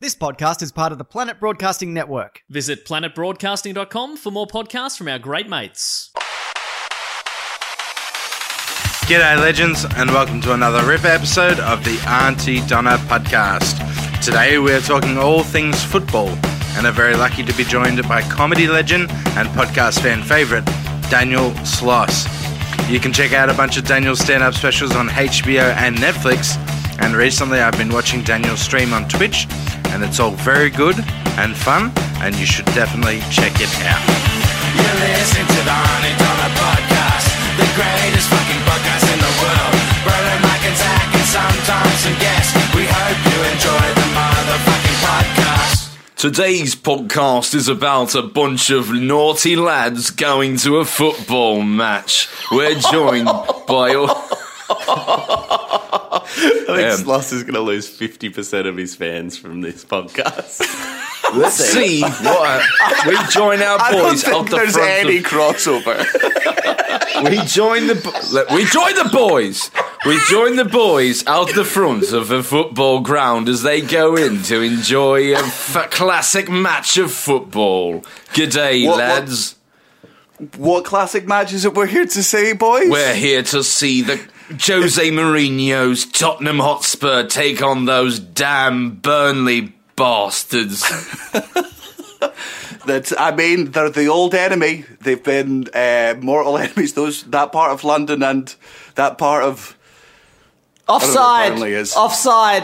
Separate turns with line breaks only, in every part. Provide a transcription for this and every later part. This podcast is part of the Planet Broadcasting Network.
Visit planetbroadcasting.com for more podcasts from our great mates.
G'day, legends, and welcome to another RIP episode of the Auntie Donna podcast. Today we are talking all things football, and are very lucky to be joined by comedy legend and podcast fan favourite, Daniel Sloss. You can check out a bunch of Daniel's stand up specials on HBO and Netflix, and recently I've been watching Daniel stream on Twitch, and it's all very good and fun, and you should definitely check it out.
You listen to the Honey Dollar Podcast, the greatest fucking podcast in the world. Brother Mike and Zach and sometimes some guests. We hope you enjoy the motherfucking podcast.
Today's podcast is about a bunch of naughty lads going to a football match. We're joined by all.
I think
Um,
Sloss is going to lose 50% of his fans from this podcast.
Let's see what we join our boys of the front.
any
Of,
crossover.
we join the bo- let- we join the boys. We join the boys out the front of a football ground as they go in to enjoy a f- classic match of football. G'day,
What- what-
lads.
what classic matches that we're here to see, boys?
We're here to see the Jose Mourinho's Tottenham Hotspur take on those damn Burnley bastards.
That I mean, they're the old enemy. They've been uh, mortal enemies. Those that part of London and that part of
Offside!
apparently is.
Offside!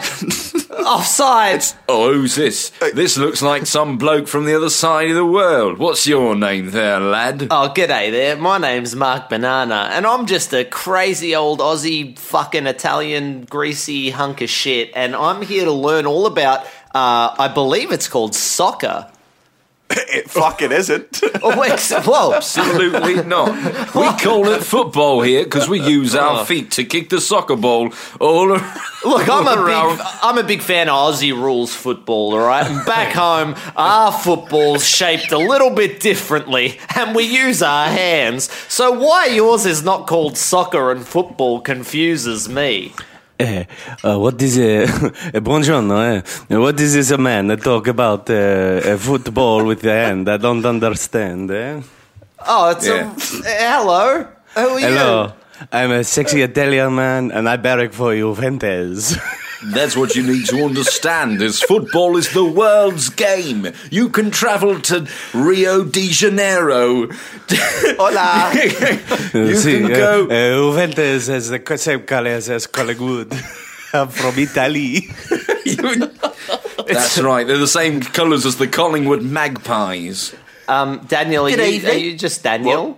Offside!
oh, who's this? This looks like some bloke from the other side of the world. What's your name there, lad?
Oh, g'day there. My name's Mark Banana, and I'm just a crazy old Aussie fucking Italian greasy hunk of shit, and I'm here to learn all about, uh, I believe it's called soccer.
it fucking isn't.
Oh, wait, whoa.
Absolutely not. We call it football here because we use our feet to kick the soccer ball all around.
Look, I'm a
around.
big, I'm a big fan of Aussie rules football. All right, and back home, our football's shaped a little bit differently, and we use our hands. So why yours is not called soccer and football confuses me.
Eh, uh, what is a bonjour? No, eh? What is this a man that talk about uh, uh, football with the hand? I don't understand. Eh?
Oh, it's
Yeah.
a hello. Who are you?
Hello, I'm a sexy Italian man, and I barrack for Juventus.
That's what you need to understand is football is the world's game. You can travel to Rio de Janeiro.
Hola.
you
See,
can
eh,
go
eh, Juventus has the co- same colors as Collingwood. I'm from Italy.
you- That's right. They're the same colours as the Collingwood Magpies.
Um, Daniel, are
Good
you, are
evening.
you just Daniel?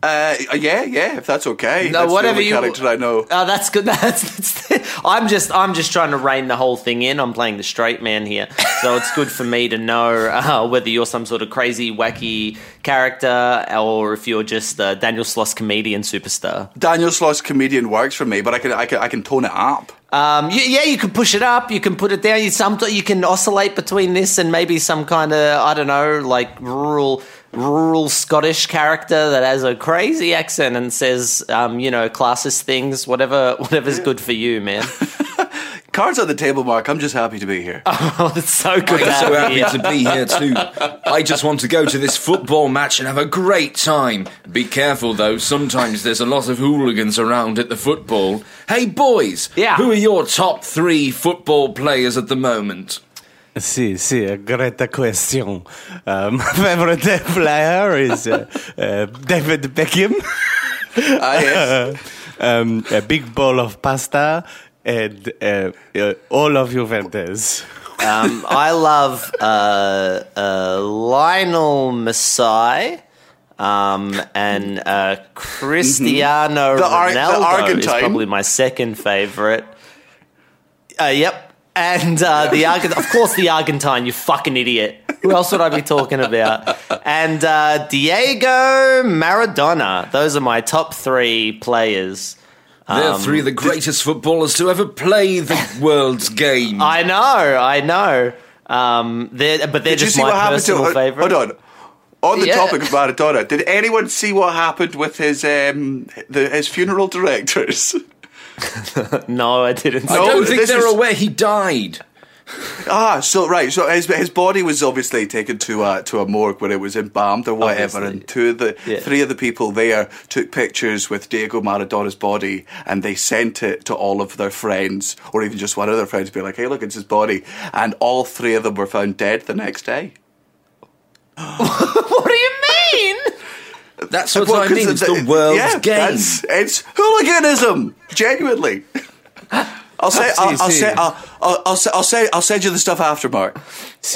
uh, yeah, yeah. If that's okay.
No,
that's
whatever
the only
you-
character I know.
Oh, that's good. That's, that's, I'm just I'm just trying to rein the whole thing in. I'm playing the straight man here, so it's good for me to know uh, whether you're some sort of crazy, wacky character or if you're just uh, Daniel Sloss comedian superstar.
Daniel Sloss comedian works for me, but I can I can I can tone it up.
Um, you, yeah, you can push it up, you can put it down. You some you can oscillate between this and maybe some kind of I don't know, like rural rural Scottish character that has a crazy accent and says um, you know classist things, whatever whatever's good for you, man.
Cards on the table, Mark. I'm just happy to be here.
oh, it's so good.
I'm
to
so
have
happy
you.
to be here too. I just want to go to this football match and have a great time. Be careful though, sometimes there's a lot of hooligans around at the football. Hey boys,
Yeah.
who are your top three football players at the moment?
See, see, a great question. Uh, my favorite player is uh, uh, David Beckham.
Ah, yes.
um, a big bowl of pasta and uh, uh, all of Juventus.
Um, I love uh, uh, Lionel Masai um, and uh, Cristiano
Mm-hmm. The Ar- the
Ronaldo is
Argentine.
probably my second favorite. Uh, yep, and uh, the Argent- of course the Argentine. You fucking idiot. Who else would I be talking about? And uh, Diego Maradona. Those are my top three players.
They're
Um,
three of the greatest footballers to ever play the world's game.
Uh,
I know, I know. Um, they're, but they're
Did you
just
see
my
what happened to?
personal
uh,
favorite.
Hold on. On the
Yeah.
topic of Maradona, did anyone see what happened with his um, the, his funeral directors?
No, I didn't.
I
No,
don't think
this
they're
is-
aware he died.
Ah, so right, so his, his body was obviously taken to a to a morgue where it was embalmed or whatever,
Obviously.
and two of the
Yeah.
three of the people there took pictures with Diego Maradona's body, and they sent it to all of their friends, or even just one of their friends, be like, "Hey, look, it's his body," and all three of them were found dead the next day.
What do you mean?
That's what
Well,
I
'cause
mean. It's
th-
the world's
yeah,
game.
That's, it's hooliganism, genuinely. I'll say, I'll, I'll say, I'll, I'll, I'll say, I'll say, I'll send you the stuff after, Mark.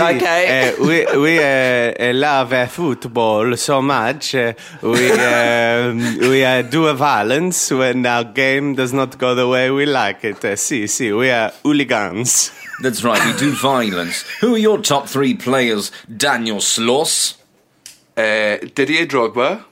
Okay.
Uh, we we uh, uh, love uh, football so much. Uh, we um, we uh, do a violence when our game does not go the way we like it. Uh, see, see, we are hooligans.
That's right, we do violence. Who are your top three players, Daniel Sloss?
Uh, Didier Drogba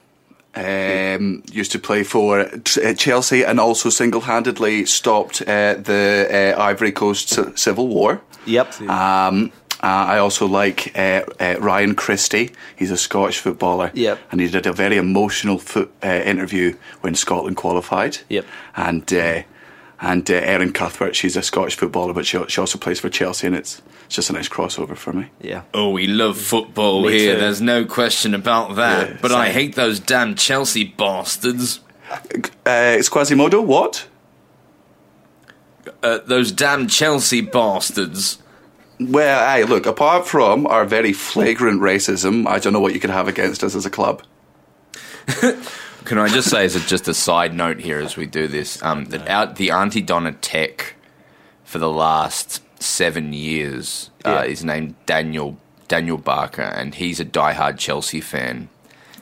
Hmm.
um, used to play for Ch- uh, Chelsea and also single-handedly stopped uh, the uh, Ivory Coast ci- civil war.
Yep.
Um, uh, I also like uh, uh, Ryan Christie. He's a Scottish footballer.
Yep.
And he did a very emotional foot, uh, interview when Scotland qualified.
Yep.
And uh, and uh, Erin Cuthbert, she's a Scottish footballer, but she, she also plays for Chelsea, and it's, it's just a nice crossover for me.
Yeah.
Oh, we love football here,
too.
there's no question about that.
Yeah,
but I
same.
hate those damn Chelsea bastards.
Uh, it's Quasimodo. What?
Uh, those damn Chelsea bastards.
Well, hey, look, apart from our very flagrant racism, I don't know what you could have against us as a club.
Can I just say, as a, just a side note here, as we do this, um, that out the Auntie Donna Tech for the last seven years uh, is named Daniel Daniel Barker, and he's a diehard Chelsea fan.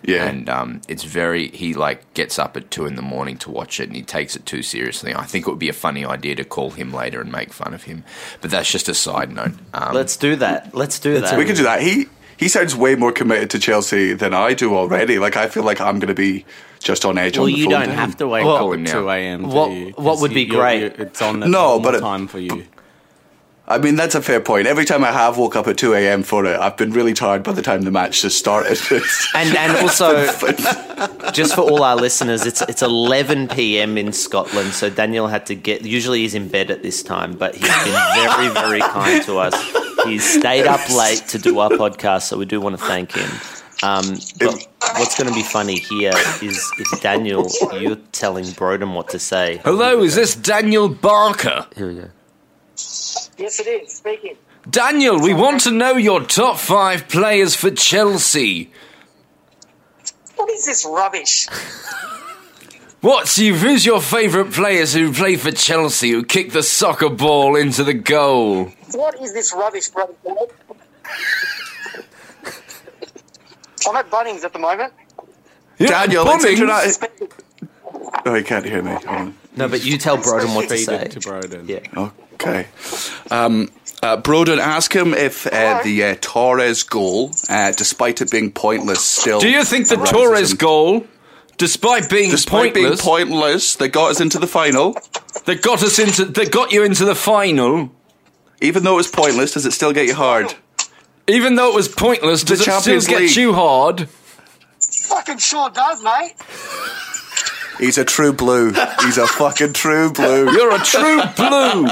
Yeah.
and um, it's very he like gets up at two in the morning to watch it and he takes it too seriously i think it would be a funny idea to call him later and make fun of him but that's just a side note um,
Let's do that. Let's do that.
we can do that. He he sounds way more committed to Chelsea than I do already. Like I feel like I'm going to be just on edge.
Well,
on the
you
phone
don't
him.
have to wake
Well,
up.
call him now.
2 a.m. to
What-
you,
what
'cause
would be
you're-
great?
you're- It's on at
No,
normal
but it-
time for you.
I mean, that's a fair point. Every time I have woke up at two a.m. for it, I've been really tired by the time the match just started.
And and also, just for all our listeners, it's it's 11 p.m. in Scotland, so Daniel had to get. Usually he's in bed at this time, but he's been very very kind to us. He's stayed up late to do our podcast, so we do want to thank him. Um, but what's going to be funny here is is Daniel, you're telling Broden what to say.
hello is this daniel barker
Here we go.
Yes, it is. Speaking.
daniel we want to know your top five players for chelsea
What is this rubbish?
what's you who's your favorite players who play for chelsea who kick the soccer ball into the goal
What is this rubbish, brother? I'm at Bunnings at the moment.
You're at
Daniel, it's
Bunnings?
interna- oh, he can't hear me. Hold on.
No, but you tell Broden what to
Feed
say.
it to Broden.
Yeah.
Okay. Um, uh, Broden, ask him if uh, the uh, Torres goal, uh, despite it being pointless, still.
do you think the
racism.
torres goal despite being
Despite
pointless
being pointless, they got us into the final.
that got us into that got you into the final
Even though it was pointless, does it still get you hard?
Even though it was pointless, does it still
Champions
get
League.
you hard?
Fucking sure does, mate.
He's a true blue. He's a fucking true blue.
You're a true blue.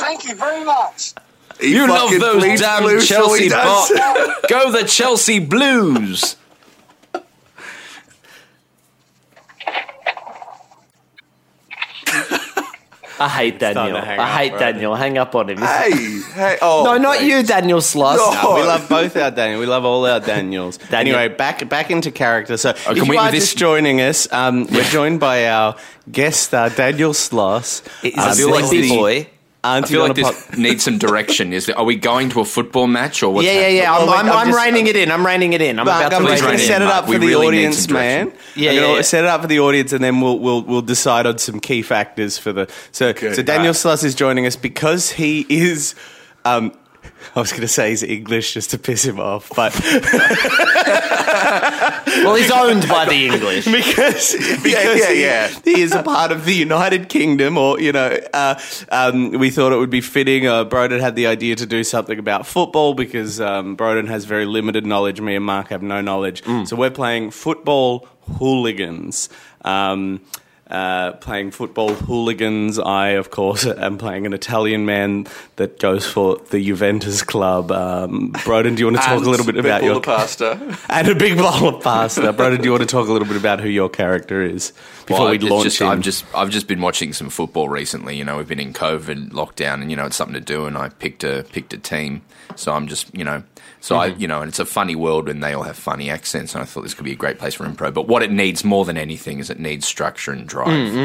Thank you very much.
He
You love
fucking
those
bleeds
damn
blue, so
Chelsea
he
bot.
does.
Go the Chelsea Blues.
I hate Daniel.
to hang
I
up,
hate
Broden.
Daniel. Hang up on him.
Hey, hey, oh.
no, not you, Daniel Sloss.
No.
We love both our Daniel. We love all our Daniels.
Daniel.
Anyway, back back into character. So if
can we-
you are
this-
just joining us, um, we're joined by our guest star, Daniel Sloss.
He's
Um,
a
feel like
sleepy
this-
boy.
I feel like this needs some direction. Is there, are we going to a football match or what's
Yeah, yeah,
happening?
yeah. I'm,
Well,
I'm,
wait,
I'm,
I'm just-
reining it in. I'm reining it in. I'm
Mark,
about
I'm
to
just
rein
going
it
to
in.
set it
Mark.
up
We
for the
really need
audience,
some direction.
man.
Yeah,
I'm
yeah,
gonna
yeah.
Set it up for the audience, and then we'll we'll we'll decide on some key factors for the. So so Daniel Sluss is joining us because he is. Um, I was going to say he's English just to piss him off, but
Well, he's owned by the English.
because, because
yeah,
he,
yeah.
he is a part of the United Kingdom, or you know, uh, um, we thought it would be fitting. Uh, Broden had the idea to do something about football because um, Broden has very limited knowledge. Me and
Mm.
Mark have no knowledge, so we're playing football hooligans. Um, uh, playing football hooligans. I, of course, am playing an Italian man that goes for the Juventus club. Um, Broden, do you want to talk
And
a little bit
big
about
bowl
your
of pasta.
and a big bowl of pasta? Broden, do you want to talk a little bit about who your character is before
Well,
we
it's
launch
just,
him?
I've just I've just been watching some football recently. You know, we've been in COVID lockdown, and you know it's something to do. And I picked a picked a team, so I'm just you know, so I
Mhm.
you know, and it's a funny world, and they all have funny accents. And I thought this could be a great place for improv. But what it needs more than anything is it needs structure and drive.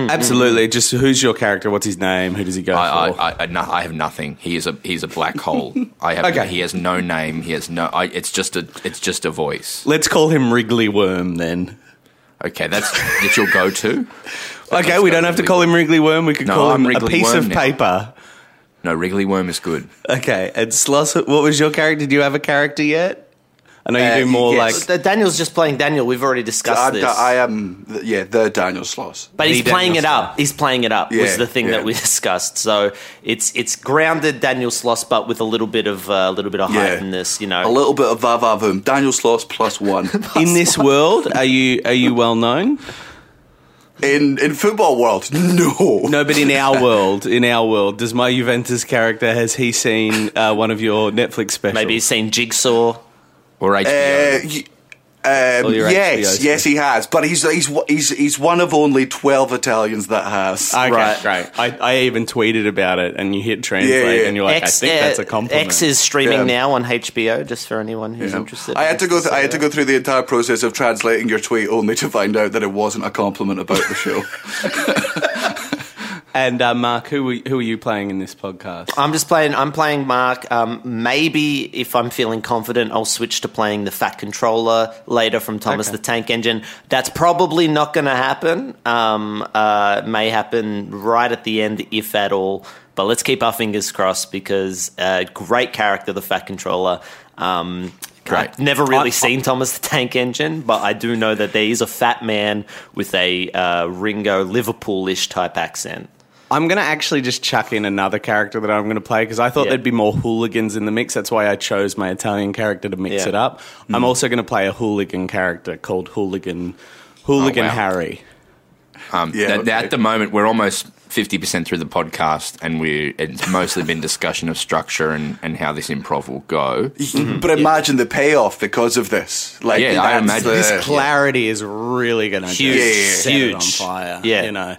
Absolutely. Just who's your character? What's his name? Who does he go
I,
for?
I, I, I, no, I have nothing. He is a he's a black hole. I have
Okay.
he has no name. He has no. I, it's just a it's just a voice.
Let's call him Wriggly Worm then.
Okay, that's that's your go to.
Okay, we don't have to call him Wriggly Worm. We could
No,
call
I'm
him
Wriggly
a piece
Worm
of
now.
paper.
No, Wriggly Worm is good.
Okay, and Sloss, what was your character? Do you have a character yet? I know you do more like
Uh, Daniel's just playing Daniel. We've already discussed
I,
this.
I am, th- yeah, the Daniel Sloss.
But he's playing it up. He's playing it up
Yeah,
was the thing
yeah.
that we discussed. So it's it's grounded Daniel Sloss, but with a little bit of uh, a little bit of height
Yeah.
in this. You know,
A little bit of Vavavoom. Daniel Sloss plus one.
in this world, are you are you well known?
In in football world, no,
no. But in our world, in our world, does my Juventus character has he seen uh, one of your Netflix specials? Um, Maybe
he's seen Jigsaw
or
Eh,
Uh, y- um,
Oh, you're
yes,
HBO.
yes, he has. But he's he's he's he's one of only twelve Italians that has.
Okay, great. I, I even tweeted about it, and you hit translate, and you're like,
X,
I think that's
uh,
a compliment.
X is streaming
Yeah.
now on HBO, just for anyone who's
Yeah.
interested.
I had to go. Th- I had to go through the entire process of translating your tweet, only to find out that it wasn't a compliment about the show.
And uh, Mark, who are, who are you playing in this podcast?
I'm just playing. I'm playing Mark. Um, maybe if I'm feeling confident, I'll switch to playing the Fat Controller later from Thomas
Okay.
the Tank Engine. That's probably not going to happen. Um, uh, it may happen right at the end, if at all. But let's keep our fingers crossed because uh, great character, the Fat Controller. Um, I've never really seen Thomas the Tank Engine, but I do know that there is a fat man with a uh, Ringo Liverpoolish type accent.
I'm going to actually just chuck in another character that I'm going to play because I thought
Yeah.
there'd be more hooligans in the mix. That's why I chose my Italian character to mix
Yeah.
it up. I'm also going to play a hooligan character called Hooligan Hooligan
Oh, wow.
Harry.
Um,
Yeah,
th- th-
okay.
At the moment, we're almost fifty percent through the podcast, and we it's mostly been discussion of structure and, and how this improv will go.
But imagine the payoff because of this. Like,
Yeah, I
that's
imagine.
the-
This
Clarity is really going to
Huge.
set it on
Huge.
fire.
Yeah.
you know.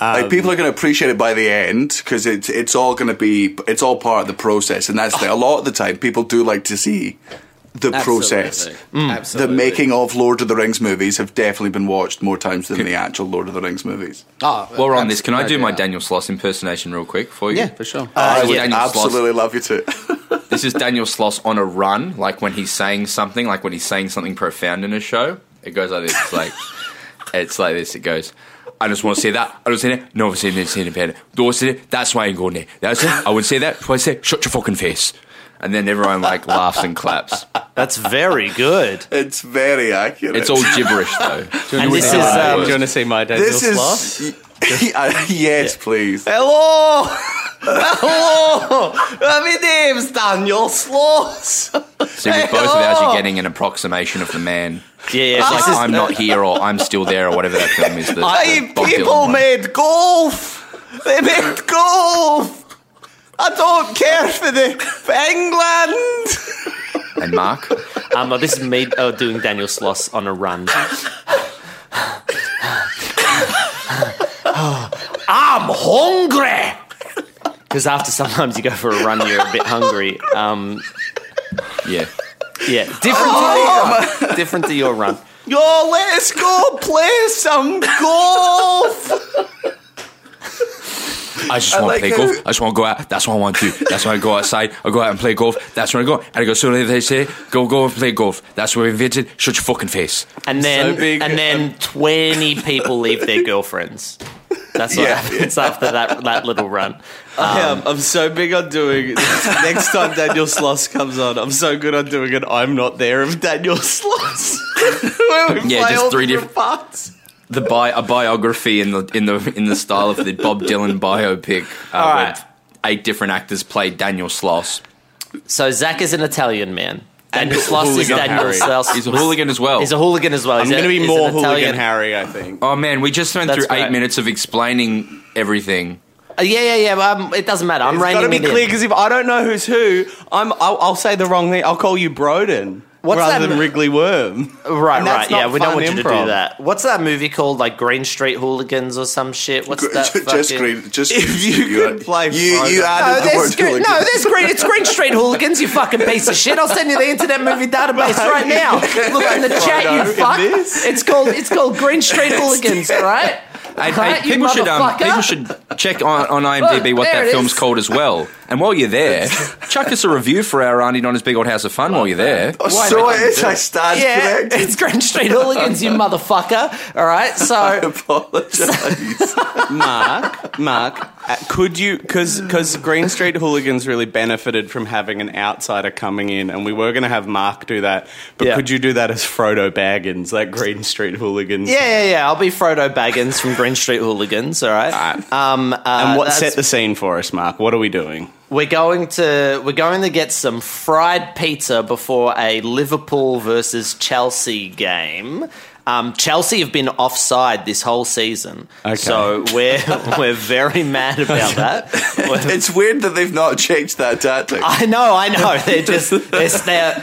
like people are going to appreciate it by the end because it's it's all going to be it's all part of the process, and that's the, a lot of the time people do like to see the process.
Absolutely. Mm. Absolutely.
The making of Lord of the Rings movies have definitely been watched more times than the actual Lord of the Rings movies.
Oh, While we're on this, can I
no
do my
doubt.
Daniel Sloss impersonation real quick for you?
Yeah, for
sure.
I would
Daniel Sloss.
absolutely love you to.
this is Daniel Sloss on a run, like when he's saying something, like when he's saying something profound in a show. It goes like this. It's like, it's like this. It goes, I just want to say that. I don't say that. No, I've seen it, seen it, seen it. Don't say it. That's why I ain't going there. That's it. I wouldn't say that. So I say, shut your fucking face. And then everyone like laughs and claps.
That's very good.
It's very accurate.
It's all gibberish though.
And this is, um, do you want to see my Daniel
This is-
Sloss?
yes, please.
Hello! Hello! My name's Daniel Sloss.
So with both of ours, you're getting an approximation of the man.
Yeah, yeah.
It's
this
like
is-
I'm not here or I'm still there or whatever that film is. The, the
I,
Bob Dylan
people
one.
made golf. They made golf. I don't care for the for England.
And Mark,
um, this is me uh, doing Daniel Sloss on a run. I'm hungry. Because after sometimes you go for a run, you're a bit hungry. Um,
yeah,
yeah, different to your, different to your run.
Yo, let's go play some golf.
Um,
I just
I
want to
like
play
how-
golf. I just want to go out. That's what I want to do. That's why I go outside. I go out and play golf. That's where I go. And I go, so they say, go, go and play golf. That's where we invented. Shut your fucking face.
And then and then twenty people leave their girlfriends. That's what
Yeah.
happens after that that little run.
I
Um,
am. I'm so big on doing. Next time Daniel Sloss comes on, I'm so good on doing it. I'm not there of Daniel Sloss. Where we
Yeah,
play
just
all
three different-
parts.
The bi- a biography in the in the in the style of the Bob Dylan biopic. Uh,
All
where
right.
Eight different actors played Daniel Sloss.
So Zach is an Italian man. Daniel Sloss is Daniel Sloss.
He's a hooligan as well.
He's a hooligan as well.
I'm
He's a-
gonna be
he's
more
an
hooligan
Italian.
Harry, I think.
Oh man, we just went
That's
through eight
right.
minutes of explaining everything.
Uh, yeah, yeah, yeah. but, Um, it doesn't matter. I'm
It's
reining
got to be
it in.
clear because if I don't know who's who, I'm I'll, I'll say the wrong thing. I'll call you Broden
What's
rather
that
than
m-
Wriggly Worm.
Right,
And that's
right. Yeah,
not
we don't
fun
want you to
improv.
do that. What's that movie called? Like Green Street Hooligans or some shit? What's that?
just
fucking-
green, just if you, could
play,
you, you added
no,
the
there's
word
green, Oh, no,
hooligan.
there's green. It's Green Street Hooligans. You fucking piece of shit. I'll send you the Internet Movie Database right now. Look in the chat, you
Righto,
fuck.
in this?
It's called it's called Green Street Hooligans. All right.
Hey,
All
hey,
right, you
people should um,
motherfucker.
people should check on, on IMDb
Look,
what
there
that
it
film's
is.
called as well. And while you're there, chuck us a review for our Auntie Donna's Big Old House of Fun while you're there.
Oh, so it is. I stand
yeah,
corrected.
it's Green Street Hooligans, you motherfucker. All right, so
Mark, Mark, uh, could you because because Green Street Hooligans really benefited from having an outsider coming in, and we were going to have Mark do that, but
Yeah.
could you do that as Frodo Baggins, like Green Street Hooligans?
yeah, yeah, yeah. I'll be Frodo Baggins from Green Street Hooligans. All right. Um, uh,
And what
that's-
set the scene for us, Mark? What are we doing?
We're going to we're going to get some fried pizza before a Liverpool versus Chelsea game. Um, Chelsea have been offside this whole season,
Okay.
so we're we're very mad about that.
it's weird that they've not changed that tactic.
Ah,
I know, I know. They're just they're,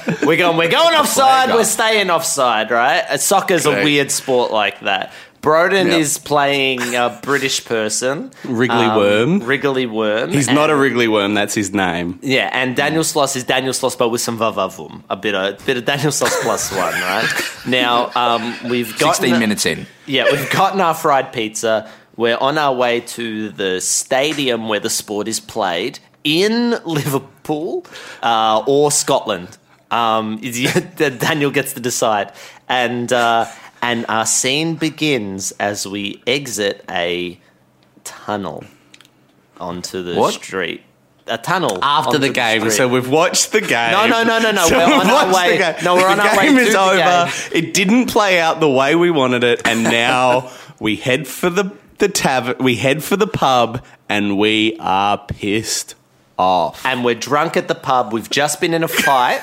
they we're going we're going offside. We're staying offside, right? Uh, Soccer's
Okay.
a weird sport like that. Broden
Yeah.
is playing a British person,
Wriggly
um,
Worm.
Wriggly Worm.
He's
and-
not a Wriggly Worm. That's his name.
Yeah, and Daniel Sloss is Daniel Sloss, but with some vavavoom, a bit of bit of Daniel Sloss plus one, right? Now um, we've got
Sixteen minutes in.
Yeah, we've gotten our fried pizza. We're on our way to the stadium where the sport is played in Liverpool uh, or Scotland. Um, Daniel gets to decide, and uh, and our scene begins as we exit a tunnel onto the
What?
street. A tunnel
After
onto
the game,
street.
so we've watched the game.
No, no, no, no, no,
So
we're
we've
on our
watched
way-
the game.
no, we're
The
on our way
game
to
is
the
over. It didn't play out the way we wanted it, and now we head for the the tavern. We head for the pub, and we are pissed off.
and we're drunk at the pub. We've just been in a fight,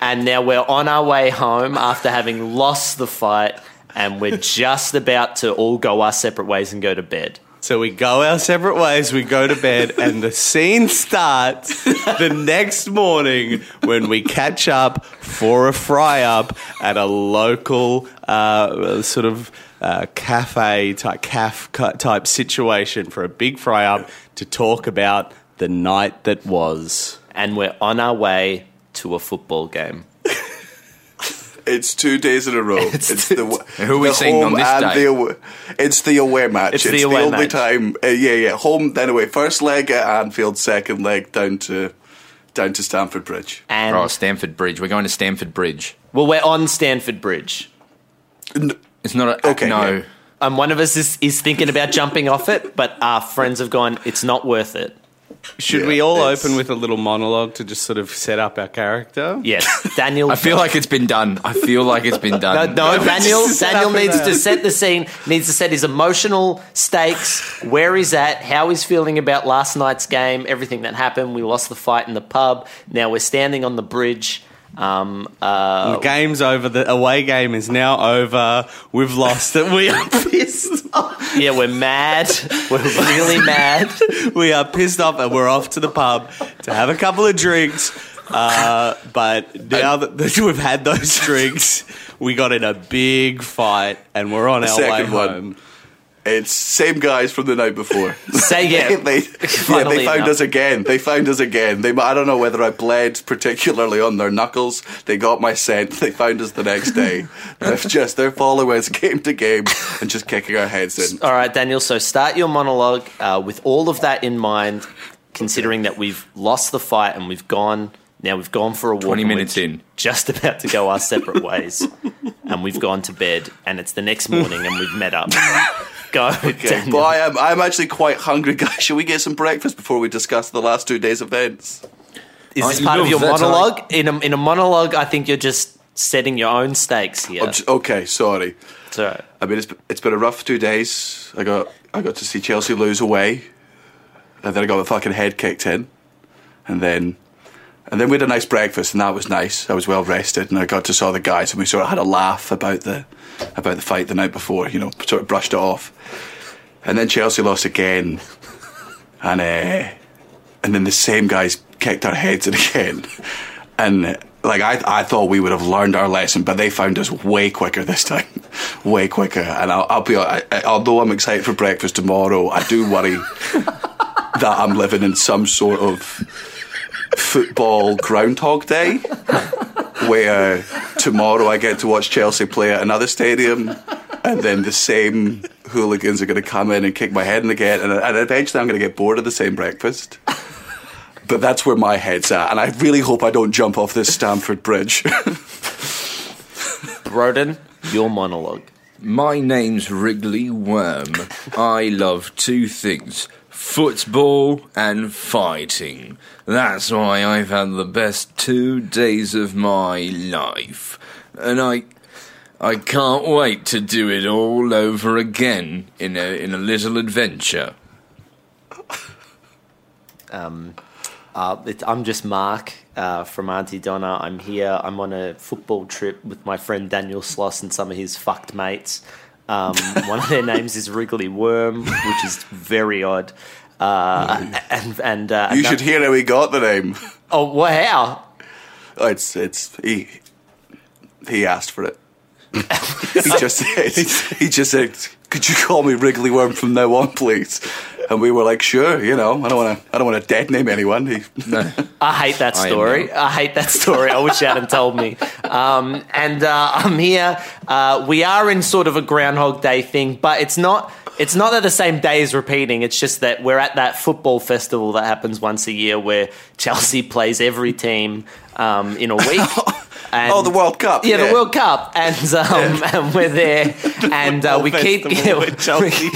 and now we're on our way home after having lost the fight, and we're just about to all go our separate ways and go to bed.
So we go our separate ways, we go to bed, and the scene starts the next morning when we catch up for a fry up at a local uh, sort of uh, cafe type, caf cu- type situation for a big fry up to talk about the night that was.
And we're on our way to a football game.
It's two days in a row. It's, the
Who are we
the
seeing on
home
this
and
day?
The away, it's the away match.
It's the away
only
match.
time. uh, yeah, yeah. Home then away. First leg at Anfield. Second leg down to down to Stamford Bridge.
And
oh, Stamford Bridge. We're going to Stamford Bridge.
Well, we're on Stanford Bridge.
It's not a okay, no.
And one of us is, is thinking about jumping off it, but our friends have gone, it's not worth it.
Should we all open with a little monologue to just sort of set up our character?
Yes, Daniel.
I feel like it's been done. I feel like it's been done.
No, Daniel.
Just set
Daniel
up in
needs
there.
to set the scene. Needs to set his emotional stakes, where he's at, how he's feeling about last night's game, everything that happened. We lost the fight in the pub. Now we're standing on the bridge. Um, uh,
The game's over. The away game is now over. We've lost it. We are pissed off.
Yeah, we're mad. We're really mad.
we are pissed off, and we're off to the pub to have a couple of drinks. Uh, but now that we've had those drinks, we got in a big fight, and we're on
The
our way
second one.
home.
It's same guys from the night before.
Say
yeah,
it.
they, yeah,
Funnily
they found
enough.
us again. They found us again. They, I don't know whether I bled particularly on their knuckles. They got my scent. They found us the next day. they're just they're following us game to game and just kicking our heads in.
All right, Daniel. So start your monologue uh, with all of that in mind, considering that we've lost the fight and we've gone. Now we've gone for a walk.
20
and we're
minutes in.
just about to go our separate ways, and we've gone to bed, and it's the next morning, and we've met up. Go,
Okay,
Daniel.
well, I am, I'm actually quite hungry, guys. Should we get some breakfast before we discuss the last two days' events?
Is
Aren't
this
you
part of your
loved that,
monologue? In a, in a monologue, I think you're just setting your own stakes here.
I'm j- okay, sorry.
Sorry.
I mean, it's, it's been a rough two days. I got I got to see Chelsea lose away, and then I got my fucking head kicked in, and then And then we had a nice breakfast, and that was nice. I was well rested, and I got to saw the guys, and we sort of had a laugh about the about the fight the night before. You know, sort of brushed it off. And then Chelsea lost again, and uh, and then the same guys kicked our heads in again, and uh, like I I thought we would have learned our lesson, but they found us way quicker this time, way quicker. And I'll, I'll be I, I- although I'm excited for breakfast tomorrow, I do worry that I'm living in some sort of football Groundhog Day, where tomorrow I get to watch Chelsea play at another stadium, and then the same hooligans are going to come in and kick my head in again, and, and eventually I'm going to get bored of the same breakfast. But that's where my head's at, and I really hope I don't jump off this Stamford Bridge.
Broden, your monologue. My name's Wrigley Worm. I love two things football and fighting. That's why I've had the best two days of my life. And I. I can't wait to do it all over again in a, in a little adventure.
Um, uh, it, I'm just Mark uh, from Auntie Donna. I'm here. I'm on a football trip with my friend Daniel Sloss and some of his fucked mates. Um, one of their names is Wrigley Worm, which is very odd. Uh, and and uh,
you
ano-
should hear how he got the name. Oh,
Oh, wow!
It's it's he he asked for it. he just said he just said, "Could you call me Wrigley Worm from now on, please?" And we were like, "Sure," you know. I don't want to. I don't want to dead name anyone. He,
I hate that
I am
story. I, hate that story. I wish you hadn't told me. Um, and uh, I'm here. Uh, we are in sort of a Groundhog Day thing, but it's not. It's not that the same day is repeating. It's just that we're at that football festival that happens once a year, where Chelsea plays every team um, in a week. And
Oh, the World Cup,
Yeah,
yeah.
the World Cup, and um, and we're there, and uh, we keep
festival where
Chelsea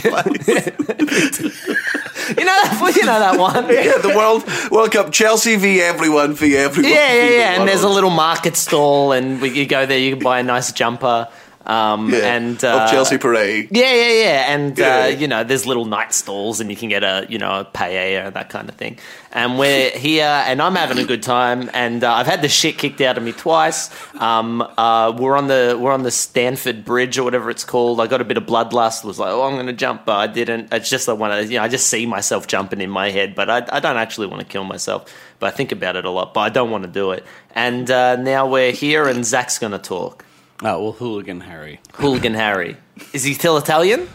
you know that you know that one.
yeah, the World World Cup, Chelsea v everyone v everyone.
Yeah, yeah,
v
yeah.
one
And there's a
of-
little market stall, and we, you go there, you can buy a nice jumper. Um, and uh,
of Chelsea Parade.
Yeah, yeah, yeah. And
Yeah.
Uh, you know, there's little night stalls, and you can get a you know a paella and that kind of thing. And we're here, and I'm having a good time. And uh, I've had the shit kicked out of me twice. Um, uh, we're on the we're on the Stanford Bridge or whatever it's called. I got a bit of bloodlust. Was like, oh, I'm going to jump, but I didn't. It's just I want to, you know, I just see myself jumping in my head, but I, I don't actually want to kill myself. But I think about it a lot, but I don't want to do it. And uh, now we're here, and Zach's going to talk.
Oh well, Hooligan Harry.
Hooligan Harry. Is he still Italian?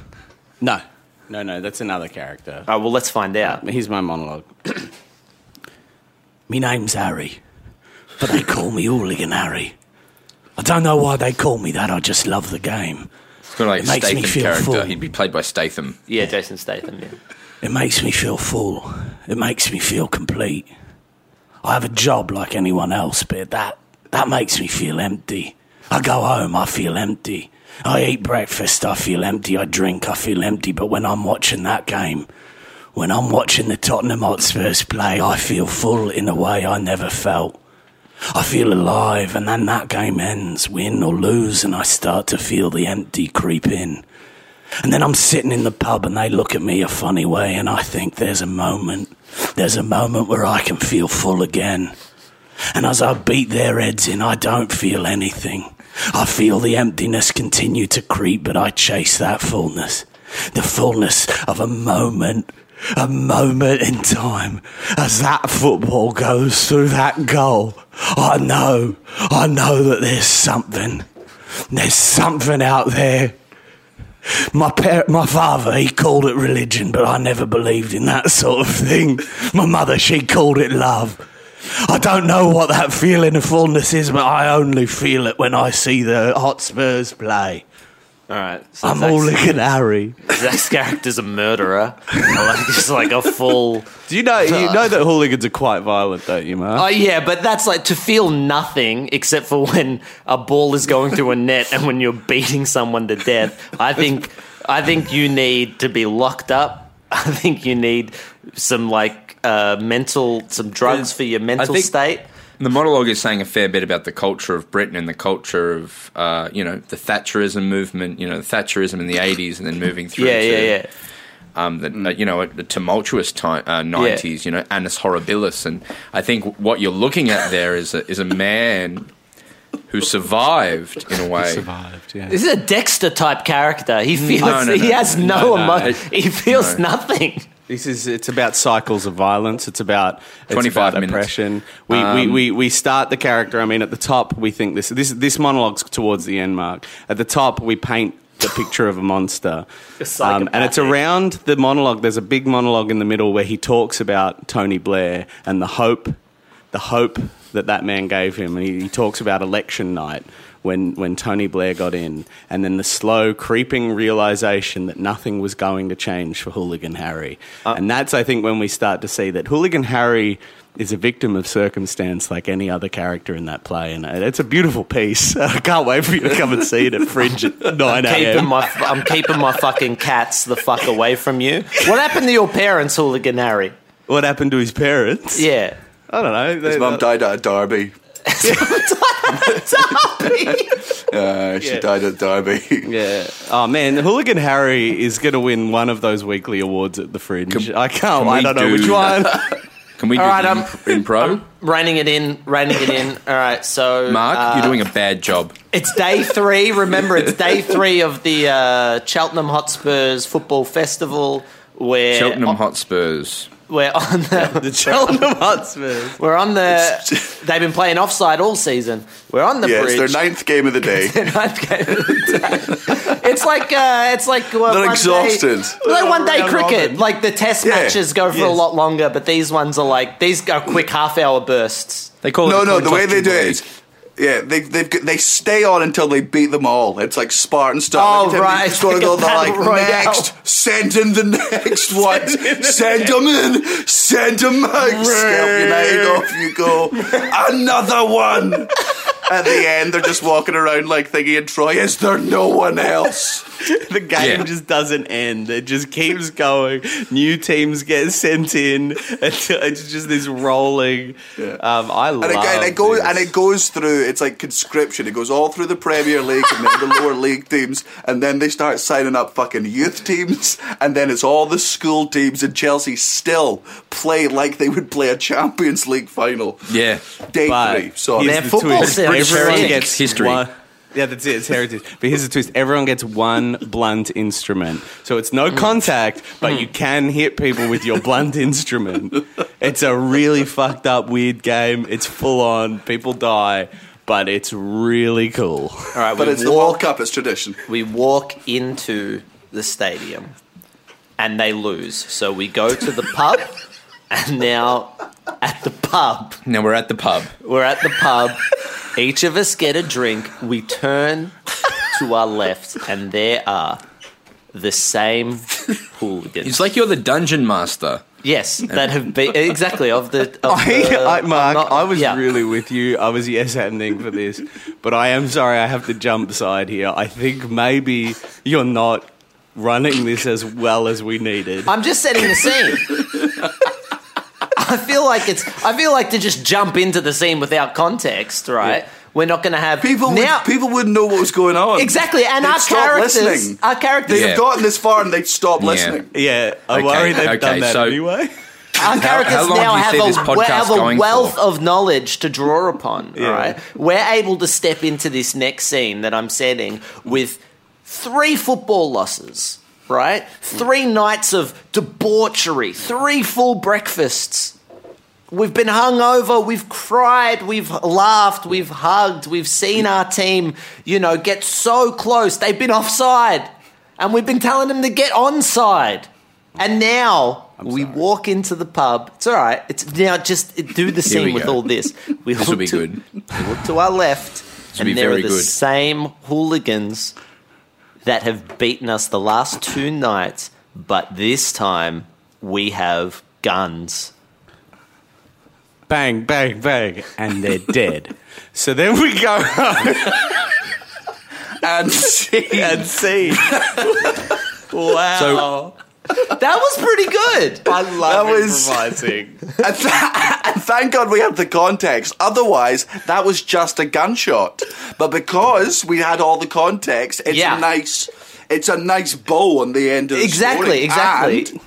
No, no, no. That's another character.
Oh well, let's find out.
Here's my monologue. Me name's Harry, but they call me Hooligan Harry. I don't know why they call me that. I just love the game.
It's kind of like
It
a
makes me
Statham
feel
character.
full.
He'd be played by Statham.
Yeah, Jason Statham. Yeah.
It makes me feel full. It makes me feel complete. I have a job like anyone else, but that that makes me feel empty. I go home, I feel empty. I eat breakfast, I feel empty. I drink, I feel empty. But when I'm watching that game, when I'm watching the Tottenham Hotspurs play, I feel full in a way I never felt. I feel alive, and then that game ends, win or lose, and I start to feel the empty creep in. And then I'm sitting in the pub and they look at me a funny way, and I think there's a moment, there's a moment where I can feel full again. And as I beat their heads in, I don't feel anything. I feel the emptiness continue to creep, but I chase that fullness. The fullness of a moment, a moment in time. As that football goes through that goal, I know, I know that there's something. There's something out there. My par- my father, he called it religion, but I never believed in that sort of thing. My mother, she called it love. I don't know what that feeling of fullness is, but I only feel it when I see the Hotspurs play.
All right.
I'm all looking Harry.
Zach's character's a murderer. like, just like a full.
Do you know you know that hooligans are quite violent, don't you, Mark?
Oh yeah, but that's like to feel nothing except for when a ball is going through a net and when you're beating someone to death. I think I think you need to be locked up. I think you need some like uh, mental some drugs for your mental
think-
state.
The monologue is saying a fair bit about the culture of Britain and the culture of, uh, you know, the Thatcherism movement, you know, Thatcherism in the 80s and then moving through
Yeah,
to
yeah, yeah.
um,
Mm.
the, uh, you know, the tumultuous time, uh, 90s, you know, annus horribilis. And I think what you're looking at there is a, is a man who survived in a way.
survived, yeah.
This is a Dexter type character. He
No,
feels
no,
he
no.
has
No,
Mm. no,
no.
emotion. He feels
no.
nothing.
This is it's about cycles of violence. It's about it's
25
about
minutes.
oppression. We, we,
Um,
we, we start the character. I mean, at the top, we think this this this monologue's towards the end mark. At the top, we paint the picture of a monster, um, and it's around the monologue. There's a big monologue in the middle where he talks about Tony Blair and the hope, the hope that that man gave him, and he, he talks about election night. When, when Tony Blair got in, and then the slow creeping realization that nothing was going to change for Hooligan Harry.
Uh,
and that's, I think, when we start to see that Hooligan Harry is a victim of circumstance like any other character in that play. And it's a beautiful piece. I can't wait for you to come and see it at Fringe at 9
I'm keeping
a.m.
my I'm keeping my fucking cats the fuck away from you. What happened to your parents, Hooligan Harry?
What happened to his parents?
Yeah.
I don't know.
His mum died at a derby. Uh, she
Yeah.
died at Derby.
Yeah. Oh man, Hooligan Harry is going to win one of those weekly awards at the Fringe. I can't.
can
I
we
don't know
do-
which one.
Can we
All
do
right,
the
I'm-
imp- impro?
Reining it in, reining it in. All right, so
Mark,
uh,
you're doing a bad job.
It's day three. Remember, it's day three of the uh, Cheltenham Hotspurs Football Festival. Where
oh.
Cheltenham Hotspurs.
We're on the,
the Cheltenham Hotspurs.
We're on the. They've been playing offside all season. We're on the
yeah,
bridge.
it's their ninth game of the day.
It's like uh, it's like uh,
They're
one
exhausted.
Day, like one day
Round
cricket.
robin.
Like the test
Yeah.
matches go for a
Yes.
lot longer, but these ones are like these are quick half hour bursts.
They
no, no. The way they do it is, yeah, they they've, got- they stay on until they beat them all. It's like Spartan style.
Oh,
Every time they
right.
Score a
Like a
goal, they're
battle
like
royale.
next. Send in the next one. Send them in. Send them out. Scalp United off you go. Another one. At the end, they're just walking around like thinking, in Troy, is there no one else?
the game
Yeah.
just doesn't end. It just keeps going. New teams get sent in. Until it's just this rolling. Um, I love
And it, and it
it.
goes and it goes through. It's like conscription. It goes all through the Premier League and then the lower league teams, and then they start signing up fucking youth teams, and then it's all the school teams. And Chelsea still play like they would play a Champions League final.
Yeah,
day three. So
Here's the twist. Everyone gets one- yeah, that's it. It's heritage. But here's the twist: everyone gets one blunt instrument, so it's no contact, but you can hit people with your blunt instrument. It's a really fucked up, weird game. It's full on. People die, but it's really cool. All
right,
But
we
it's the World Cup. It's tradition.
We walk into the stadium, and they lose. So we go to the pub, and now at the pub,
Now we're at the pub.
we're at the pub. Each of us get a drink. We turn to our left, and there are the same hooligans.
It's like you're the dungeon master.
Yes, that have been exactly of the. Of
I,
the-
I, Mark,
I'm not-
I was
yeah.
really with you. I was yes handing for this, but I am sorry I have to jump side here. I think maybe you're not running this as well as we needed.
I'm just setting the scene. I feel like it's. I feel like to just jump into the scene without context, right? We're not going to have
People would,
now.
people wouldn't know what was going on.
Exactly, and
They'd
our
stop
characters-
listening.
our characters-
They'd
Yeah.
have gotten this far and they'd stop listening.
Yeah,
I worry they've done that
anyway.
Our
How-
characters
how long
now
do you
have
see
a,
this podcast
have a
going for?
wealth of knowledge to draw upon.
Yeah.
All right, we're able to step into this next scene that I'm setting with three football losses. Right, three nights of debauchery, three full breakfasts. We've been hungover, we've cried, we've laughed, we've hugged, we've seen our team, you know, get so close. They've been offside. And we've been telling them to get onside. And now we walk into the pub. It's all right. It's now just do the
Here we
scene with
go.
all this. We
This will
look
be
to,
good.
we look to our left,
will be
and there are
very
the
good.
same hooligans that have beaten us the last two nights, but this time we have guns.
Bang, bang, bang, and they're dead. so then we go home
and see
and see. wow.
That was pretty good.
I love
That was-
improvising.
And, th- and thank God we had the context. Otherwise, that was just a gunshot. But because we had all the context, it's
Yeah.
nice. It's a nice bow on the end of the
Exactly,
story.
exactly.
And,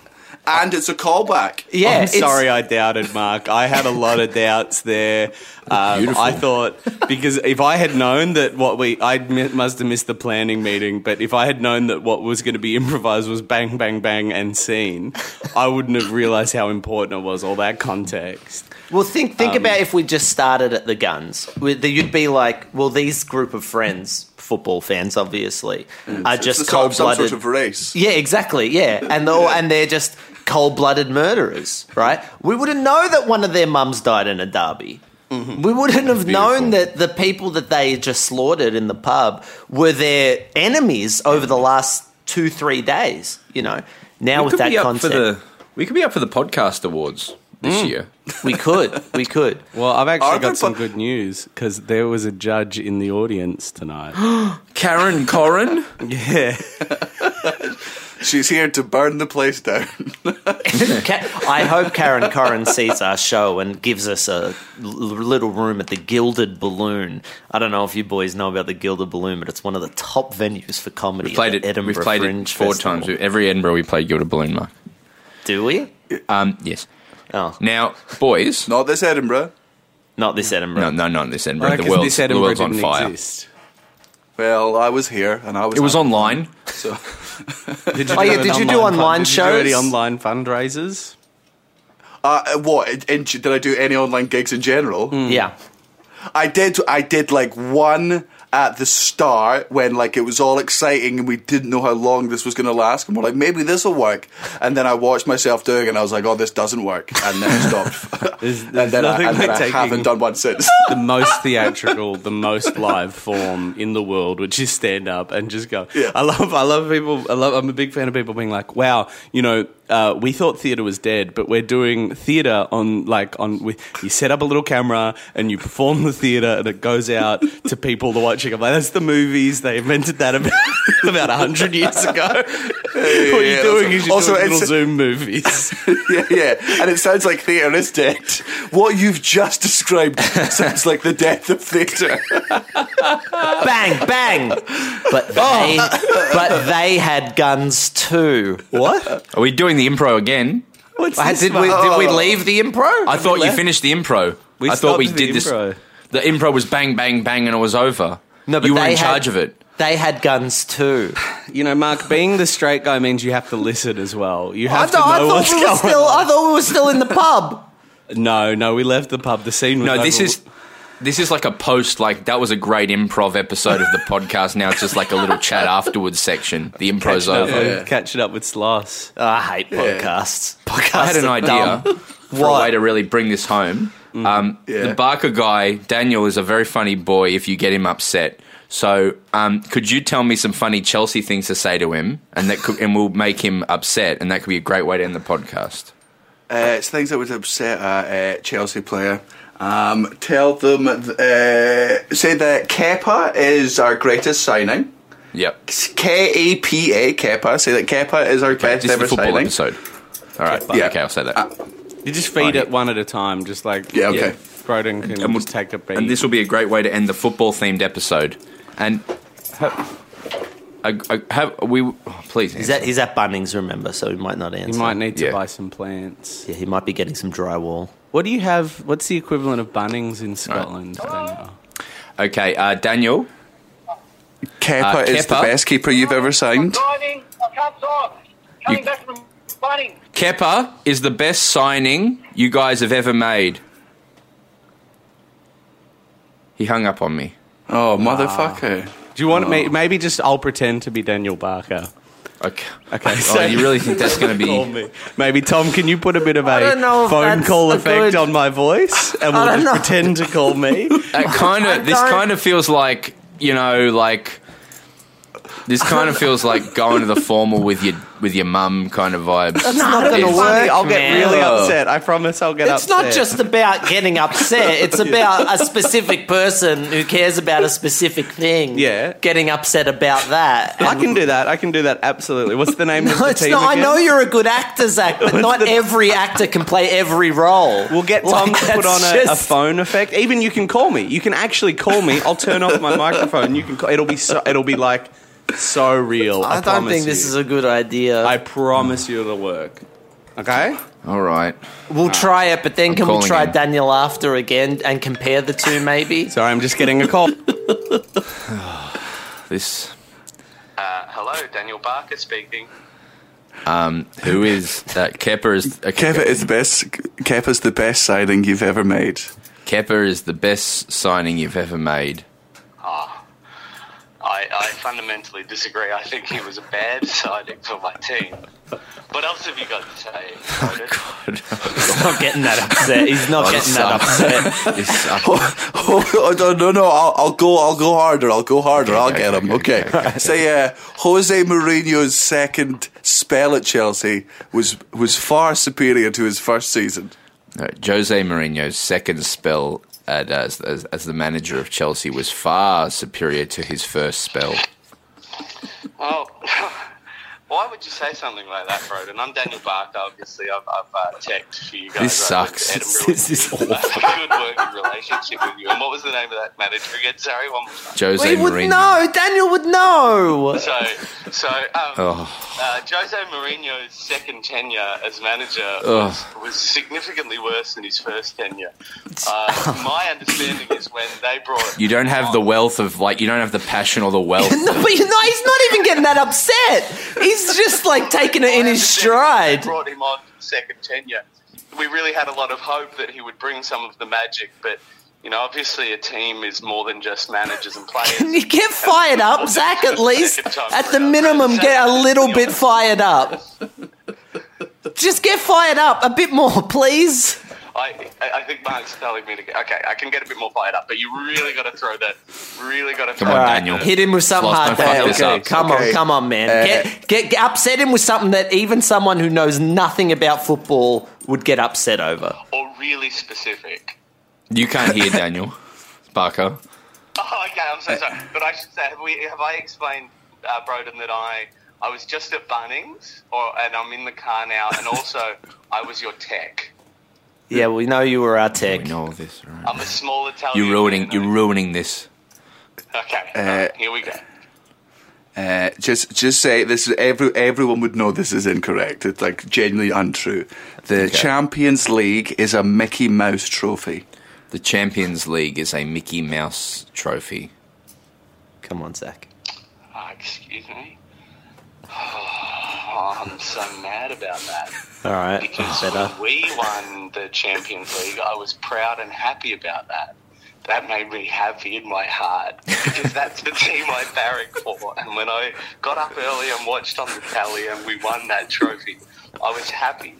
and it's a callback.
I'm sorry I doubted Mark. I had a lot of doubts there. Um,
Beautiful.
I thought because if I had known that what we I mi- must have missed the planning meeting, but if I had known that what was going to be improvised was bang bang bang and scene, I wouldn't have realized how important it was all that context.
Well, think think
Um,
about if we just started at the guns. With- You'd be like, well, these group of friends, football fans, obviously, are
Mm. It's
just
the sort-
cold
some sort
blooded.
of race.
yeah, exactly. Yeah, and they're, all- and they're just cold blooded murderers, right? We wouldn't know that one of their mums died in a derby.
Mm-hmm.
We wouldn't have known that the people that they just slaughtered in the pub were their enemies over the last two, three days. You know, now
We
with
could
that
be up
concept,
For the, we could be up for the podcast awards this
Mm.
year.
we could, we could.
Well, I've
Are
actually
there
got some
po-
good news because there was a judge in the audience tonight.
Karen Corrin?
yeah.
She's here to burn the place down.
Ca- I hope Karen Corrin sees our show and gives us a l- little room at the Gilded Balloon. I don't know if you boys know about the Gilded Balloon, but it's one of the top venues for comedy.
We've played
at
it.
the Edinburgh
we've played
Fringe
it four
Festival.
times. Every Edinburgh we play Gilded Balloon, Mark.
Do we?
Um, yes.
Oh.
Now, boys.
Not this Edinburgh.
Not this Edinburgh.
No, no, not this Edinburgh.
No,
the
'cause
world's,
this Edinburgh
the world's on
didn't
fire.
exist. Well, I was here and I was.
It was online.
So.
Did
Oh, yeah, did you do online
did you do any
shows?
online fundraisers?
Uh, uh, what? in- in- did I do any online gigs in general?
Hmm.
Yeah.
I did. I did like one at the start when like it was all exciting and we didn't know how long this was going to last and we're like maybe this will work and then I watched myself doing it and I was like oh this doesn't work and then I stopped and then, I,
nothing
and then
like
I haven't
taking-
done one since
the most theatrical, the most live form in the world, which is stand up and just go. I love, I love people. I love. I'm a big fan of people being like, "Wow, you know, uh, we thought theater was dead, but we're doing theater on like on. We, you set up a little camera and you perform the theater, and it goes out to people to watching. I'm like, that's the movies they invented that about about hundred years ago.
yeah,
what you're
yeah,
doing
that's-
is you're
also,
doing
it's-
little Zoom movies.
yeah yeah and it sounds like theatre is dead what you've just described sounds like the death of theatre
bang, bang. But they, but they had guns too. What?
Are we doing the impro again? Uh,
What's
I-
this
did, we,
about?
did we leave the impro?
I thought you
Oh. left?
finished the impro. I thought we did this. The impro was bang, bang, bang, and it was over.
No, but
you were
they
in charge
had-
of it.
They had guns too.
You know, Mark, being the straight guy means you have to listen as well. You have
I, thought- I
to know
thought
what's
we
going
were still. I thought we were still in the pub.
No, no, we left the pub. The scene was
No, this
over-
is this is like a post. Like that was a great improv episode of the podcast. Now it's just like a little chat afterwards section. The impro's
catching up,
over.
with- catching up with Sloss.
I
Ah.
hate podcasts.
I had an idea for a way to really bring this home. Um, The Barker guy, Daniel, is a very funny boy if you get him upset. So, um, could you tell me some funny Chelsea things to say to him, and that could, and we'll make him upset, and that could be a great way to end the podcast.
Uh, it's things that would upset a uh, Chelsea player. Um, tell them, th- uh, say that Kepa is our greatest signing.
Yep.
K E P A Kepa. Say that Kepa is our best
this is
ever
the football
signing.
episode. All right.
Yeah.
Okay, I'll say that.
You just feed it one at a time, just like
Yeah, okay.
Broden can
we'll-
just take a beat.
and this will be a great way to end the football themed episode. And I, I have we oh, please.
He's at, he's at Bunnings, remember, so he might not answer.
you might need to buy some plants.
Yeah, he might be getting some drywall.
What do you have? What's the equivalent of Bunnings in Scotland?
Okay, uh, Daniel.
Kepa
Uh,
is the
Kepa.
best keeper you've
Oh
ever signed.
Signing, I can't talk. Coming
You-
back from Bunnings.
Keppa is the best signing you guys have ever made. He hung up on me.
Oh,
motherfucker. Do you want
Oh.
may maybe just I'll pretend to be Daniel Barker?
Okay.
Okay.
Oh,
So
you really think that's gonna be-
Oh,
Call me. Maybe Tom? Can you put a bit of a
don't know if
phone
that's
call
a
effect
good-
on my voice, and we'll
I don't
just
know.
pretend to call me?
That kind of this kind of feels like you know like this kind of feels like going to the formal with your with your mum kind of vibes.
That's not gonna
It's-
work,
I'll get
man.
really upset. I promise I'll get
it's
upset.
not just about getting upset. It's about a specific person who cares about a specific thing.
Yeah.
getting upset about that.
I can do that. I can do that absolutely. What's the name of
No,
the
it's
team?
not. I
again?
know you're a good actor, Zach, but not every actor can play every role. We'll
get Tom to put on a, a phone effect. Even you can call me. You can actually call me. I'll turn off my microphone. You can. Call, it'll be so, it'll be like So real.
I
I,
don't think this is a good idea.
I promise you it'll work. Okay?
All right.
We'll try it, but then
I'm
can we
calling
try
him.
Daniel after again and compare the two, maybe?
Sorry, I'm just getting a call.
This.
Uh, hello, Daniel Barker speaking.
Um, who is that? Kepper is.
Kepa is the best. Kepa's the best signing you've ever made.
Kepper is the best signing you've ever made.
Ah, I, I fundamentally disagree. I think he was a bad signing for my team. What else have you got to say? Croydon?
He's not getting that upset. He's not
Oh,
getting
this
that upset.
Oh, oh, no, no, no! I'll, I'll go. I'll go harder. I'll go harder. I'll get him. Okay. Say, uh, Jose Mourinho's second spell at Chelsea was was far superior to his first season.
No, Jose Mourinho's second spell at, as, as, as the manager of Chelsea was far superior to his first spell.
Well, why would you say something like that, Broden? I'm Daniel Barker. Obviously, I've, I've uh, checked for you guys.
This
I
sucks.
had a
This-
really-
this is
I had
awful.
a good working relationship with you. And what was the name of that manager again? Sorry, one more time.
Jose
we would
Mourinho.
know. Daniel would know.
So, so um,
Oh.
uh, Jose Mourinho's second tenure as manager was,
Ugh.
was significantly worse than his first tenure. Uh, my understanding is when they brought
You don't have the wealth of, like, you don't have the passion or the wealth.
No, but you know, he's not even getting that upset. He's just like taking it in his stride.
brought him on for the second tenure. We really had a lot of hope that he would bring some of the magic, but you know, obviously, a team is more than just managers and players.
You get fired up, Zach, at least. At the minimum, get a little bit fired up. Just get fired up a bit more, please.
I, I I think Mark's telling me to get okay. I can get a bit more fired up, but you really got to throw that. Really got to throw that-
Hit him with something
Floss,
hard
don't fuck
there.
this
Okay,
up.
Come
Okay.
on, come on, man.
Uh,
get, get, get upset him with something that even someone who knows nothing about football would get upset over.
or really specific.
You can't hear Daniel Barker.
Oh, okay, I'm
Uh,
so sorry. But I should say, have we have I explained, uh, Broden, that I I was just at Bunnings, or and I'm in the car now, and also I was your tech.
Yeah, we know you were our tech. We
know this, right?
I'm a small Italian.
You're ruining. You're ruining this.
Okay,
Uh,
here we go.
Uh, just, just say this. is- Every, everyone would know this is incorrect. It's like genuinely untrue. The Champions League is a Mickey Mouse trophy.
The Champions League is a Mickey Mouse trophy.
Come on, Zach.
Uh, excuse me. Oh, I'm so mad about that.
All right,
Because
better.
when Oh, we won the Champions League, I was proud and happy about that. That made me happy in my heart because that's the team I barrack for. And when I got up early and watched on the tally and we won that trophy, I was happy.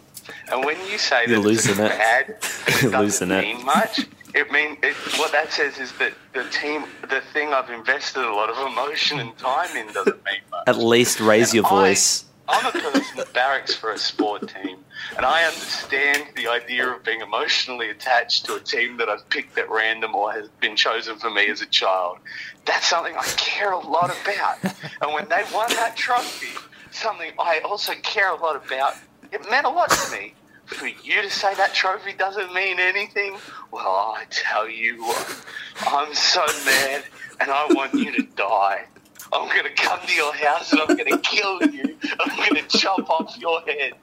And when you say
You're
that it's
losing it.
bad,
Losing it.
mean much. It mean it, what that says is that the team, the thing I've invested a lot of emotion and time in, doesn't mean much.
At least raise your voice.
I'm a person that barracks for a sport team, and I understand the idea of being emotionally attached to a team that I've picked at random or has been chosen for me as a child. That's something I care a lot about. and when they won that trophy, something I also care a lot about, it meant a lot to me. For you to say that trophy doesn't mean anything, well, I tell you what, I'm so mad and I want you to die. I'm going to come to your house and I'm going to kill you. I'm going to chop off your head.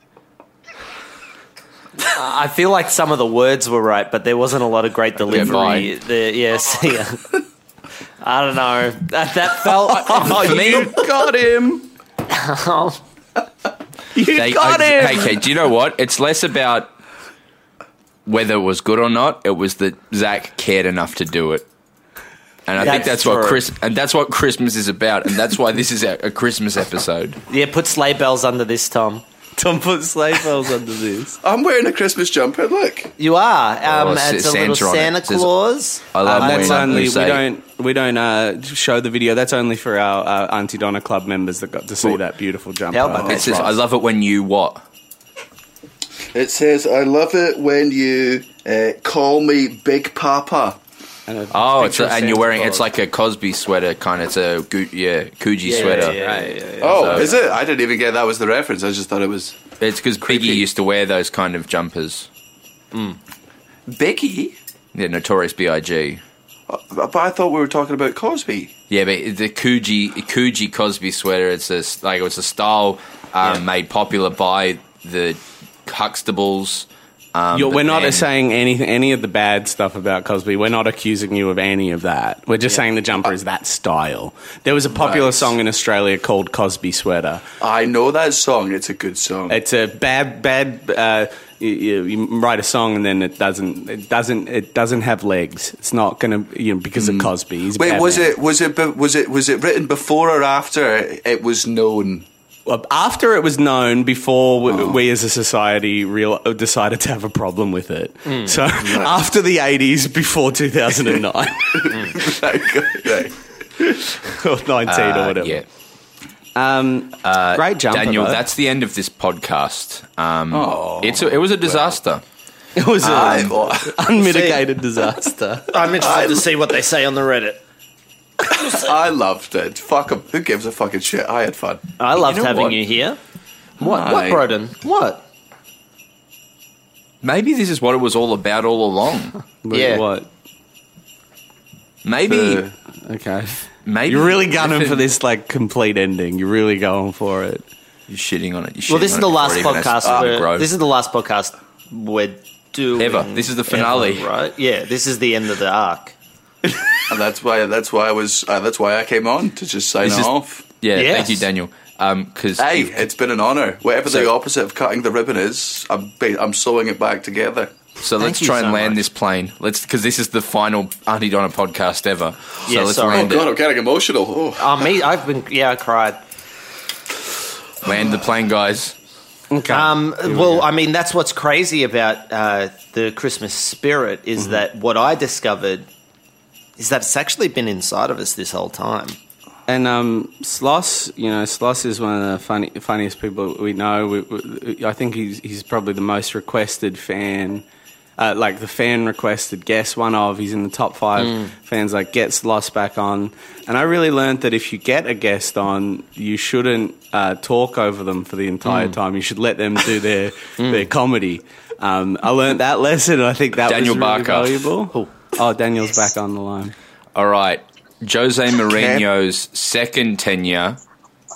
I feel like some of the words were right, but there wasn't a lot of great delivery.
mine.
The, yes, yeah. I don't know. That, that felt. oh,
For me- You
got him. you
They-
got
I-
him.
Hey, Kate, do you know what? It's less about whether it was good or not. It was that Zach cared enough to do it. And I think
That's
that's what
true.
Chris and that's what Christmas is about, and that's why this is a, a Christmas episode.
Yeah, put sleigh bells under this, Tom.
Tom put sleigh bells under this.
I'm wearing a Christmas jumper. Look,
You are. Um,
Oh, it's
it's a
Santa
little
on it.
Santa
It says,
Claus.
Um,
Um,
that's only we
say-
don't we don't uh, show the video. That's only for our uh, Auntie Donna Club members that got to see that beautiful Oh. jumper.
It says, I love it when you what?
it says, "I love it when you uh, call me Big Papa."
Oh, it's a, and you're wearing
Claus.
it's like a Cosby sweater kind. It's a Gu- yeah, Coogee
Yeah, yeah,
sweater.
yeah, Oh, is it? I didn't even get that was the reference. I just thought it was.
It's because Biggie used to wear those kind of jumpers.
Biggie?
Yeah, Notorious B.I.G.
Uh, But I thought we were talking about Cosby.
Yeah, but the Coogee Coogee Cosby sweater. It's a like it was a style um, made popular by the Huxtables. Um,
You're,
but
we're not
then-
saying anything, any of the bad stuff about Cosby. We're not accusing you of any of that. We're just saying the jumper is that style. There was a popular
Right.
song in Australia called Cosby Sweater.
I know that song. It's a good song.
It's a bad, bad. Uh, you, you- you write a song and then it doesn't, it doesn't, it doesn't have legs. It's not gonna, you know, because
Mm.
of Cosby. He's a
Wait,
bad
was
man.
it was it be- was it was it written before or after it was known?
Well, After it was known, before we,
Oh.
we as a society real, decided to have a problem with it.
Hmm.
Mm.
So
Right.
after the 80s, before 2009.
Hmm.
or 19
Uh,
or whatever.
yeah.
Um,
Uh,
great jumper.
Daniel.
though.
That's the end of this podcast. Um,
Oh.
it's a, it was a disaster.
it was an
I-
unmitigated disaster.
I'm interested to see what they say on the Reddit.
I loved it. Fuck 'em. Who gives a fucking shit? I had fun.
I loved having you here. What? What,
Hi.
Broden? What?
Maybe this is what it was all about all along.
Yeah.
What?
Maybe.
okay.
Maybe
You're really gunning for this like complete ending. You're really going for it.
You're shitting on it. You're
Well, this is the last podcast. Where,
Grove.
this is the last podcast we're doing
Ever. This is the finale.
ever, right? Yeah, this is the end of the arc.
And that's why that's why I was uh, that's why I came on to just sign
This is-
off.
yeah, thank you, Daniel. Um, Because
hey, it's been an honor. Whatever the
So-
opposite of cutting the ribbon is, I'm ba- I'm sewing it back together.
So let's try and land this plane. Let's because this is the final Auntie Donna podcast ever. So
Yeah, Um,
let's
sorry.
land
Oh, God,
it.
I'm
getting emotional. Oh,
me, I've been. Yeah, I cried.
Land the plane, guys.
Um,
Here we
well,
go.
I mean, that's what's crazy about uh, the Christmas spirit is
Mm-hmm.
that what I discovered is that it's actually been inside of us this whole time.
And um, Sloss, you know, Sloss is one of the funny, funniest people we know. We, we, I think he's he's probably the most requested fan, uh, like the fan requested guest. One of he's in the top five
Mm.
fans. Like get Sloss back on. And I really learned that if you get a guest on, you shouldn't uh, talk over them for the entire
Mm.
time. You should let them do their their comedy. Um, I learned that lesson. and I think that
Daniel
was really
Barker.
valuable. Oh, Daniel's back on the line.
All right, Jose Mourinho's second tenure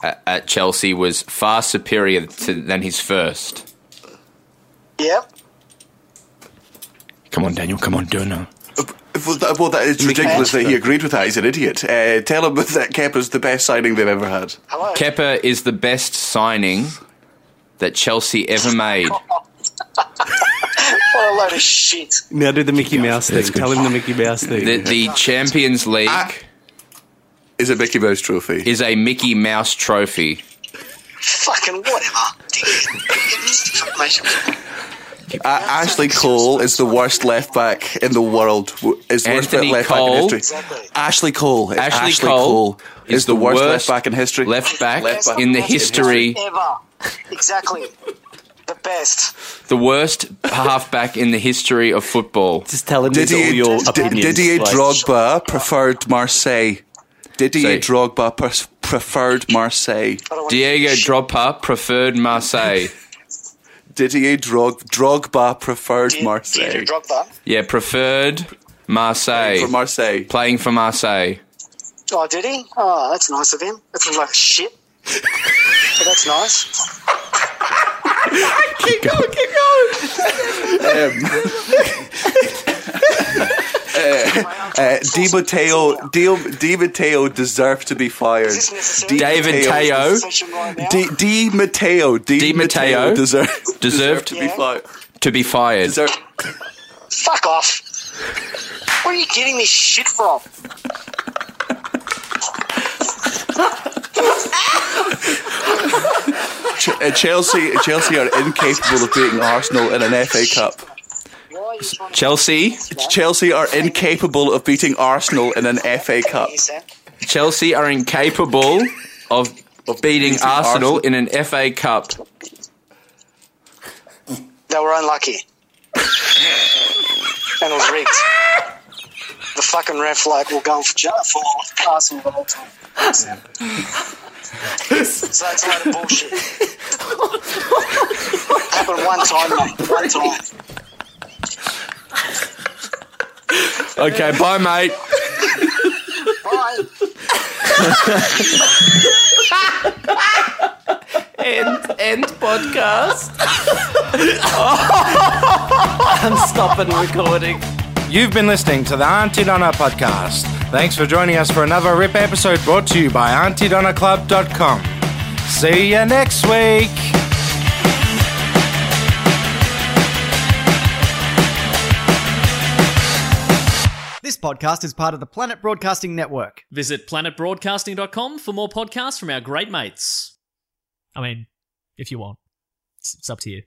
at, at Chelsea was far superior to, than his first.
Yep.
Come on, Daniel. Come on, Donna.
Uh, Well, that, well, that it's ridiculous that he agreed with that. He's an idiot. Uh, tell him that Kepa's the best signing they've ever had.
Kepper is the best signing that Chelsea ever made.
What a load of shit.
Now do the Mickey Mouse thing. Tell him the Mickey Mouse thing.
The, the Champions League
Ah. is a Mickey Mouse trophy.
Is a Mickey Mouse trophy.
Fucking whatever.
A- Ashley Cole is the worst left back in the world. W- Is the worst
Anthony
left
Cole.
back in history. Ashley Cole. It's
Ashley,
Ashley,
Cole,
Cole,
is, the, worst,
left back in history.
Left back,
Left back
in the
in
history,
Ever. Exactly. The best.
the worst half back in the history of football. Just
tell him
Didier, D- Didier Drogba preferred Marseille. Didier Drogba pers- preferred Marseille.
Diego Drogba preferred Marseille.
Didier Drog- Drogba preferred Marseille.
Yeah, preferred Marseille. for
Marseille.
Playing for Marseille.
Oh, did he? Oh, that's nice of him. That's a lot of shit. but that's nice.
keep going, keep going.
Uh, uh, Di Matteo, Di, Di Matteo deserved to be fired. Di
David Teo.
Di, Di Matteo. Di,
Di Matteo
deserved,
deserved
to be fired.
To be fired.
Fuck off. Where are you getting this shit from?
Ch- uh, Chelsea, Chelsea are incapable of beating Arsenal in an FA Cup.
Chelsea,
Chelsea are incapable of beating Arsenal in an FA Cup.
Chelsea are incapable of, beating,
beating
Arsenal
Arsenal.
in an FA Cup.
They were unlucky. and it was rigged. The fucking ref, like, will go for, ju- for Arsenal the whole time. So, so that's a load of bullshit. Happened one time, mate. One time.
Okay, bye, mate.
Bye.
end, end podcast. I'm stopping recording.
You've been listening to the Auntie Donna podcast. Thanks for joining us for another RIP episode brought to you by AuntieDonnaClub.com. See you next week.
This podcast is part of the Planet Broadcasting Network.
Visit planetbroadcasting.com for more podcasts from our great mates. I mean, if you want, it's, it's up to you.